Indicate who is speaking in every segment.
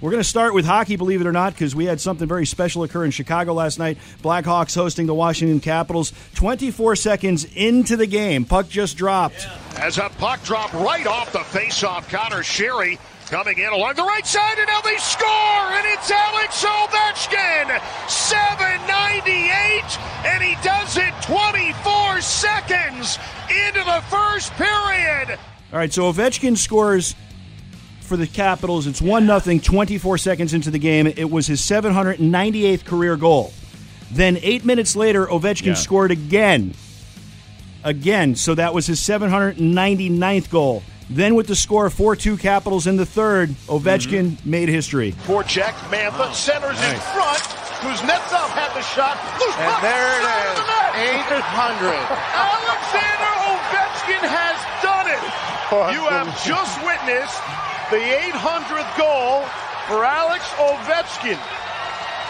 Speaker 1: We're going to start with hockey, believe it or not, because we had something very special occur in Chicago last night. Blackhawks hosting the Washington Capitals. 24 seconds into the game, puck just dropped.
Speaker 2: As a puck drop right off the faceoff, Connor Sherry coming in along the right side, and now they score, and it's Alex Ovechkin, 798, and he does it 24 seconds into the first period.
Speaker 1: All right, so Ovechkin scores for the Capitals. It's 1 nothing. 24 seconds into the game. It was his 798th career goal. Then 8 minutes later, Ovechkin
Speaker 3: Yeah.
Speaker 1: scored again. Again, so that was his 799th goal. Then with the score 4-2 Capitals in the third, Ovechkin made history.
Speaker 2: Forecheck,
Speaker 4: Oh,
Speaker 2: Mantha centers in front. Kuznetsov had the shot. Loose
Speaker 4: And
Speaker 2: puck,
Speaker 4: there it
Speaker 2: center of
Speaker 4: is,
Speaker 2: the net.
Speaker 4: 800.
Speaker 2: Alexander Ovechkin has done it. You have just witnessed the 800th goal for Alex Ovechkin.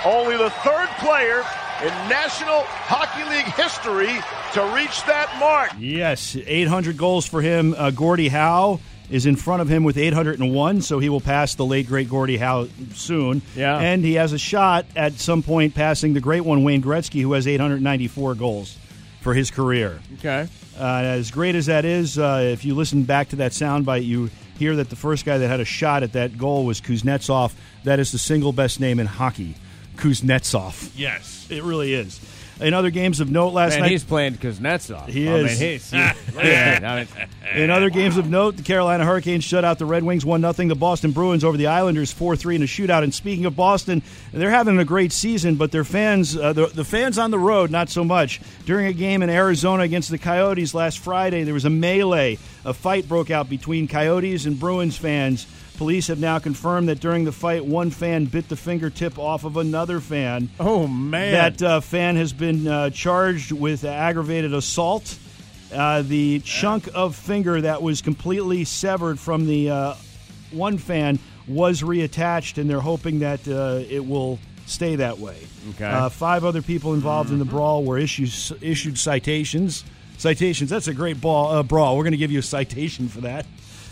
Speaker 2: Only the third player in National Hockey League history to reach that mark.
Speaker 1: Yes, 800 goals for him. Uh, Gordie Howe is in front of him with 801, so he will pass the late great Gordie Howe soon.
Speaker 3: Yeah.
Speaker 1: and he has a shot at some point passing the great one Wayne Gretzky, who has 894 goals for his career.
Speaker 3: Okay.
Speaker 1: Uh, as great as that is, uh, if you listen back to that soundbite, you hear that the first guy that had a shot at that goal was Kuznetsov. That is the single best name in hockey, Kuznetsov.
Speaker 3: Yes.
Speaker 1: It really is. In other games of note last
Speaker 3: And
Speaker 1: night,
Speaker 3: he's playing Kuznetsov.
Speaker 1: He
Speaker 3: I
Speaker 1: is.
Speaker 3: Mean, he's, yeah. I mean,
Speaker 1: In other games of note, the Carolina Hurricanes shut out the Red Wings 1 0. The Boston Bruins over the Islanders 4 3 in a shootout. And speaking of Boston, they're having a great season, but their fans, uh, the, the fans on the road, not so much. During a game in Arizona against the Coyotes last Friday, there was a melee. A fight broke out between Coyotes and Bruins fans. Police have now confirmed that during the fight, one fan bit the fingertip off of another fan.
Speaker 3: oh man.
Speaker 1: That uh, fan has been uh, charged with aggravated assault. Uh, the chunk of finger that was completely severed from the uh, one fan was reattached, and they're hoping that uh, it will stay that way.
Speaker 3: Okay.
Speaker 1: Uh, five other people involved in the brawl were issues, issued citations. Citations. That's a great ball, uh, brawl. We're going to give you a citation for that.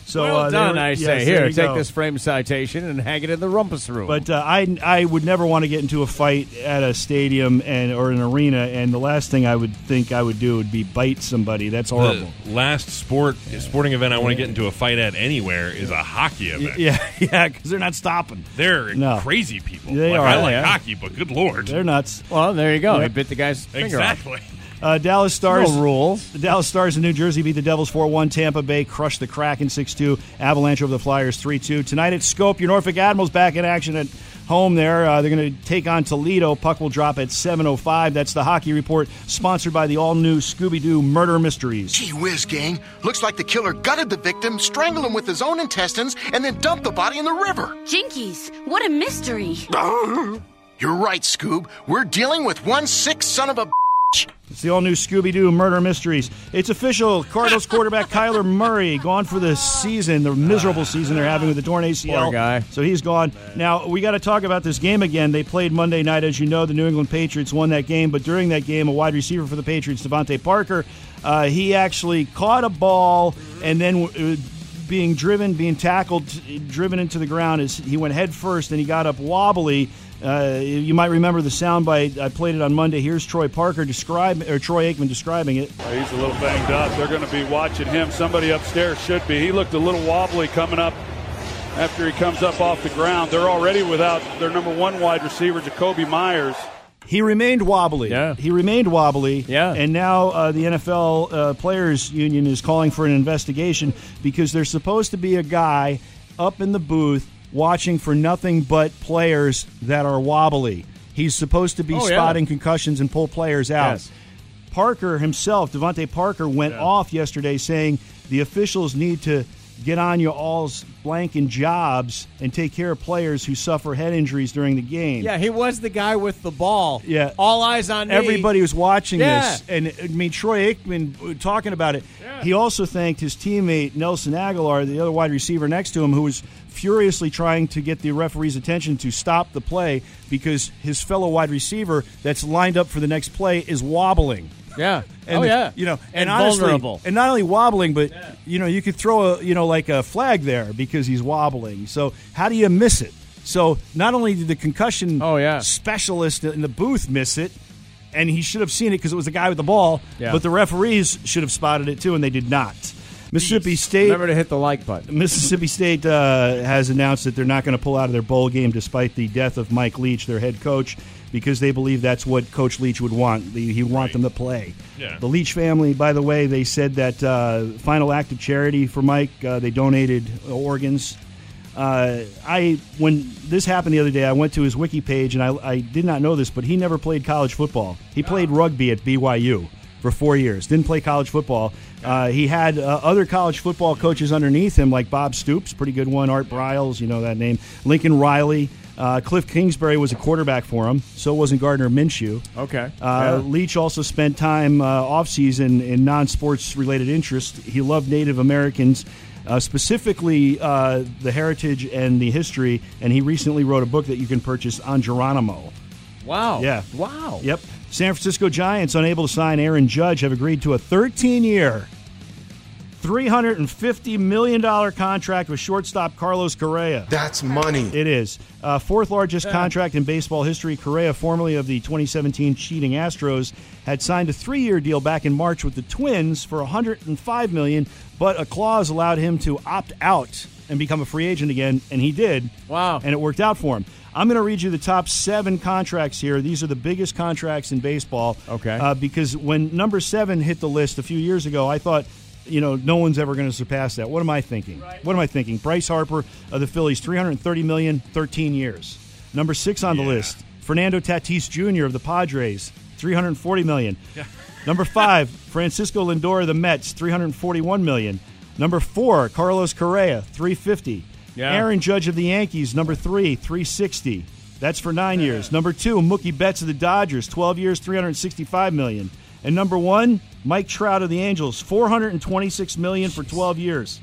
Speaker 1: So
Speaker 3: well
Speaker 1: uh, they
Speaker 3: done,
Speaker 1: were-
Speaker 3: I
Speaker 1: yes, there
Speaker 3: say. Here,
Speaker 1: you
Speaker 3: take
Speaker 1: go.
Speaker 3: this frame citation and hang it in the rumpus room.
Speaker 1: But uh, I I would never want to get into a fight at a stadium and or an arena. And the last thing I would think I would do would be bite somebody. That's horrible.
Speaker 5: the last sport sporting event I want to get into a fight at anywhere is a hockey event.
Speaker 1: yeah, yeah, because they're not stopping.
Speaker 5: They're
Speaker 1: No.
Speaker 5: crazy people.
Speaker 1: They
Speaker 5: like,
Speaker 1: are,
Speaker 5: I like
Speaker 1: yeah.
Speaker 5: hockey, but good lord.
Speaker 1: They're nuts.
Speaker 3: well, there you go.
Speaker 1: Yeah.
Speaker 3: He bit the guy's finger off.
Speaker 5: exactly.
Speaker 1: Uh, Dallas Stars.
Speaker 3: No rules.
Speaker 1: The Dallas Stars in New Jersey beat the Devils 4 1. Tampa Bay crushed the Kraken 6 2. Avalanche over the Flyers 3 2. Tonight at Scope, your Norfolk Admirals back in action at home there. Uh, they're going to take on Toledo. Puck will drop at 7.05. That's the hockey report sponsored by the all new Scooby Doo Murder Mysteries.
Speaker 6: Gee whiz, gang. Looks like the killer gutted the victim, strangled him with his own intestines, and then dumped the body in the river.
Speaker 7: Jinkies, what a mystery.
Speaker 6: You're right, Scoob. We're dealing with one sick son of a.
Speaker 1: It's the all new Scooby Doo Murder Mysteries. It's official. Cardinals quarterback Kyler Murray gone for the season, the miserable season they're having with the torn ACL.
Speaker 3: Poor guy.
Speaker 1: So he's gone. Now, we got to talk about this game again. They played Monday night. As you know, the New England Patriots won that game, but during that game, a wide receiver for the Patriots, Devontae Parker, uh, he actually caught a ball and then. Uh, being driven, being tackled, driven into the ground, is he went head first and he got up wobbly. Uh, you might remember the soundbite I played it on Monday. Here's Troy Parker describe or Troy Aikman describing it.
Speaker 8: He's a little banged up. They're going to be watching him. Somebody upstairs should be. He looked a little wobbly coming up after he comes up off the ground. They're already without their number one wide receiver, Jacoby Myers.
Speaker 1: He remained wobbly.
Speaker 3: Yeah.
Speaker 1: He remained wobbly.
Speaker 3: Yeah.
Speaker 1: And now uh, the NFL uh, Players Union is calling for an investigation because there's supposed to be a guy up in the booth watching for nothing but players that are wobbly. He's supposed to be
Speaker 3: Oh, yeah.
Speaker 1: spotting concussions and pull players out.
Speaker 3: Yes.
Speaker 1: Parker himself, Devontae Parker, went off yesterday saying the officials need to get on your all's blanking jobs and take care of players who suffer head injuries during the game.
Speaker 3: Yeah, he was the guy with the ball.
Speaker 1: Yeah.
Speaker 3: All eyes on me.
Speaker 1: Everybody was watching
Speaker 3: Yeah.
Speaker 1: this, and I mean Troy Aikman uh, talking about it. He also thanked his teammate Nelson Aguilar, the other wide receiver next to him, who was furiously trying to get the referee's attention to stop the play because his fellow wide receiver that's lined up for the next play is wobbling.
Speaker 3: Yeah.
Speaker 1: And
Speaker 3: oh yeah.
Speaker 1: you know, and,
Speaker 3: and
Speaker 1: honestly-
Speaker 3: vulnerable.
Speaker 1: and not only wobbling, but you know, you could throw a you know like a flag there because he's wobbling. So how do you miss it? So not only did the concussion
Speaker 3: Oh, yeah.
Speaker 1: specialist in the booth miss it, and he should have seen it because it was the guy with the ball,
Speaker 3: Yeah.
Speaker 1: but the referees should have spotted it too, and they did not. Mississippi State.
Speaker 3: Remember to hit the like button.
Speaker 1: Mississippi State uh, has announced that they're not going to pull out of their bowl game despite the death of Mike Leach, their head coach, because they believe that's what Coach Leach would want. The- He'd want them to play.
Speaker 5: Yeah.
Speaker 1: The Leach family, by the way, they said that uh, final act of charity for Mike, uh, they donated organs. Uh, I when this happened the other day, I went to his wiki page and I, I did not know this, but he never played college football. He played
Speaker 3: Ah.
Speaker 1: rugby at BYU for four years. Didn't play college football. Uh, he had uh, other college football coaches underneath him, like Bob Stoops, pretty good one. Art Briles, you know that name. Lincoln Riley. Uh, Cliff Kingsbury was a quarterback for him. So wasn't Gardner Minshew.
Speaker 3: Okay.
Speaker 1: Uh,
Speaker 3: Yeah.
Speaker 1: Leach also spent time uh, offseason in non sports related interests. He loved Native Americans, uh, specifically uh, the heritage and the history, and he recently wrote a book that you can purchase on Geronimo.
Speaker 3: Wow.
Speaker 1: Yeah.
Speaker 3: Oh, Wow.
Speaker 1: Yep. San Francisco Giants, unable to sign Aaron Judge, have agreed to a 13 year, $350 million contract with shortstop Carlos Correa.
Speaker 4: That's money.
Speaker 1: It is. Uh, fourth largest contract in baseball history. Correa, formerly of the 2017 cheating Astros, had signed a three year deal back in March with the Twins for $105 million, but a clause allowed him to opt out and become a free agent again, and he did.
Speaker 3: Wow.
Speaker 1: And it worked out for him. I'm going to read you the top seven contracts here. These are the biggest contracts in baseball.
Speaker 3: Okay.
Speaker 1: Uh, because when number seven hit the list a few years ago, I thought, you know, no one's ever going to surpass that. What am I thinking? What am I thinking? Bryce Harper of the Phillies, 330 million, 13 years. Number six on the list, Fernando Tatis Jr. of the Padres, 340 million. Number five, Francisco Lindor of the Mets, 341 million. Number four, Carlos Correa, 350.
Speaker 3: Yeah.
Speaker 1: Aaron Judge of the Yankees, number three, 360. That's for nine years. Number two, Mookie Betts of the Dodgers, 12 years, 365 million. And number one, Mike Trout of the Angels, 426 million for 12 years.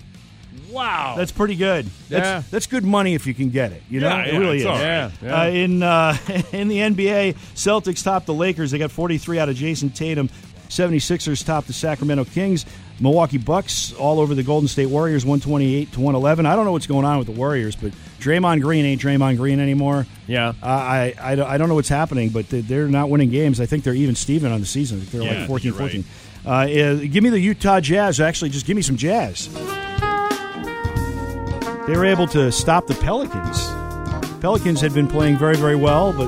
Speaker 3: Wow.
Speaker 1: That's pretty good.
Speaker 3: Yeah.
Speaker 1: That's, that's good money if you can get it. You know,
Speaker 5: Yeah,
Speaker 1: it
Speaker 5: yeah,
Speaker 1: really
Speaker 5: it's
Speaker 1: is.
Speaker 5: all right.
Speaker 3: yeah. yeah.
Speaker 1: Uh, in uh, in the NBA, Celtics topped the Lakers. They got 43 out of Jason Tatum. 76ers topped the Sacramento Kings. Milwaukee Bucks all over the Golden State Warriors, 128 to 111. I don't know what's going on with the Warriors, but Draymond Green ain't Draymond Green anymore.
Speaker 3: Yeah.
Speaker 1: Uh, I, I, don't- I don't know what's happening, but they- they're not winning games. I think they're even Steven on the season. I think They're
Speaker 5: Yeah, I
Speaker 1: like 14
Speaker 5: think you're right.
Speaker 1: 14. Uh, uh, give me the Utah Jazz. Actually, just give me some Jazz. They were able to stop the Pelicans. Pelicans had been playing very, very well, but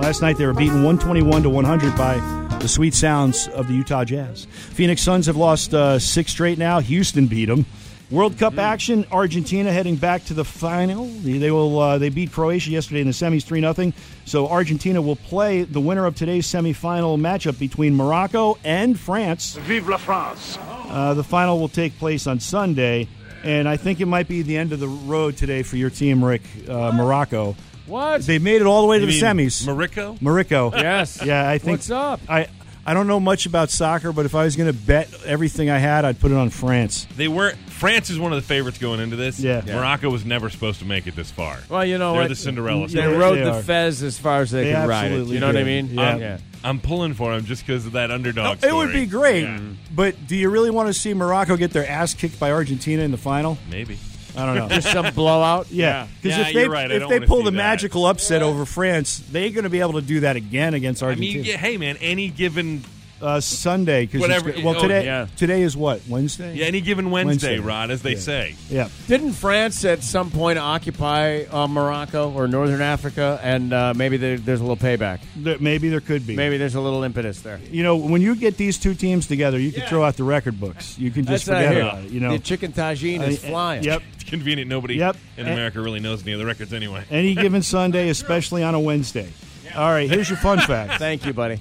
Speaker 1: last night they were beaten 121 to 100 by the sweet sounds of the Utah Jazz. Phoenix Suns have lost uh, six straight now. Houston beat them. World Cup action: Argentina heading back to the final. They they will. Uh, they beat Croatia yesterday in the semis, three 0 So Argentina will play the winner of today's semifinal matchup between Morocco and France.
Speaker 2: Vive la France.
Speaker 1: Uh, the final will take place on Sunday, and I think it might be the end of the road today for your team, Rick. Uh, Morocco.
Speaker 3: What?
Speaker 1: They made it all the way to
Speaker 5: You
Speaker 1: the
Speaker 5: mean
Speaker 1: semis.
Speaker 5: Morocco?
Speaker 1: Morocco.
Speaker 3: Yes.
Speaker 1: Yeah, I think.
Speaker 3: What's up?
Speaker 1: I I don't know much about soccer, but if I was going to bet everything I had, I'd put it on France.
Speaker 5: They were France is one of the favorites going into this.
Speaker 1: Yeah. Yeah.
Speaker 5: Morocco was never supposed to make it this far.
Speaker 3: Well, you know
Speaker 5: they're
Speaker 3: what?
Speaker 5: the Cinderella.
Speaker 3: They
Speaker 5: story.
Speaker 3: rode
Speaker 1: They
Speaker 3: the
Speaker 1: are.
Speaker 3: fez as far as they,
Speaker 1: They
Speaker 3: could ride it.
Speaker 1: absolutely
Speaker 3: You know what I
Speaker 1: did.
Speaker 3: mean?
Speaker 1: Yeah.
Speaker 5: I'm, I'm pulling for him just because of that underdog.
Speaker 1: it would
Speaker 5: story.
Speaker 1: be great, but do you really want to see Morocco get their ass kicked by Argentina in the final?
Speaker 5: Maybe.
Speaker 1: I don't know.
Speaker 3: Just some blowout.
Speaker 1: Yeah, because
Speaker 5: Yeah,
Speaker 1: if they
Speaker 5: you're right. I
Speaker 1: if
Speaker 5: don't
Speaker 1: they
Speaker 5: wanna
Speaker 1: pull
Speaker 5: see
Speaker 1: the
Speaker 5: that.
Speaker 1: magical upset over France, they're going to be able to do that again against
Speaker 5: I mean,
Speaker 1: Argentina
Speaker 5: you get- hey man, any given
Speaker 1: uh, Sunday. Cause it's
Speaker 5: Whatever-
Speaker 1: go- well,
Speaker 5: oh,
Speaker 1: today
Speaker 3: yeah.
Speaker 1: today is what Wednesday.
Speaker 5: yeah, any given Wednesday,
Speaker 1: Wednesday.
Speaker 5: Rod, as they
Speaker 1: Yeah.
Speaker 5: say.
Speaker 1: yeah.
Speaker 3: Didn't France at some point occupy uh, Morocco or Northern Africa, and uh, maybe there, there's a little payback?
Speaker 1: There- maybe there could be.
Speaker 3: Maybe there's a little impetus there.
Speaker 1: you know when you get these two teams together, you can throw out the record books. You can just
Speaker 3: That's out
Speaker 1: forget
Speaker 3: here.
Speaker 1: about it. You know,
Speaker 3: the chicken tagine
Speaker 1: I-
Speaker 3: is flying.
Speaker 1: Yep.
Speaker 5: It's convenient. Nobody
Speaker 1: Yep.
Speaker 5: in
Speaker 1: Eh.
Speaker 5: America really knows any of the records anyway.
Speaker 3: Eh.
Speaker 1: Any given Sunday, especially on a Wednesday. All right, here's your fun fact.
Speaker 3: Thank you, buddy.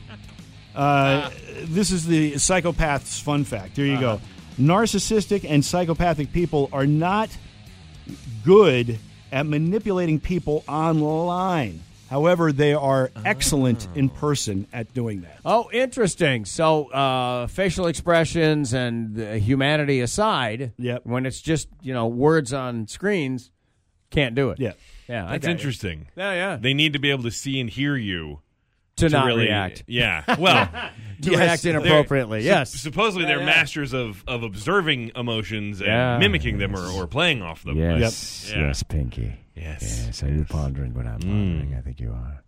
Speaker 1: this is the psychopath's fun fact. Here you
Speaker 3: Uh-huh.
Speaker 1: go. Narcissistic and psychopathic people are not good at manipulating people online. However, they are excellent in person at doing that.
Speaker 3: Oh, interesting. So, uh, facial expressions and uh, humanity aside,
Speaker 1: Yep.
Speaker 3: when it's just you know words on screens, can't do it.
Speaker 1: Yeah.
Speaker 3: yeah, I
Speaker 5: That's
Speaker 3: got you.
Speaker 5: interesting.
Speaker 3: Yeah, yeah.
Speaker 5: They need to be able to see and hear you
Speaker 3: to,
Speaker 5: to
Speaker 3: not
Speaker 5: really
Speaker 3: react,
Speaker 5: Yeah. Well,
Speaker 3: to
Speaker 5: yes,
Speaker 3: react
Speaker 5: they're-
Speaker 3: inappropriately.
Speaker 5: sup-
Speaker 3: Yes,
Speaker 5: supposedly they're
Speaker 3: Yeah, yeah.
Speaker 5: masters of of observing emotions and
Speaker 3: Yeah.
Speaker 5: mimicking them or, or playing off them.
Speaker 3: Yes,
Speaker 1: Yep.
Speaker 5: Yeah.
Speaker 3: yes, Pinky.
Speaker 5: Yes. Mm.
Speaker 3: Yes, are you pondering what I'm pondering? I think you are.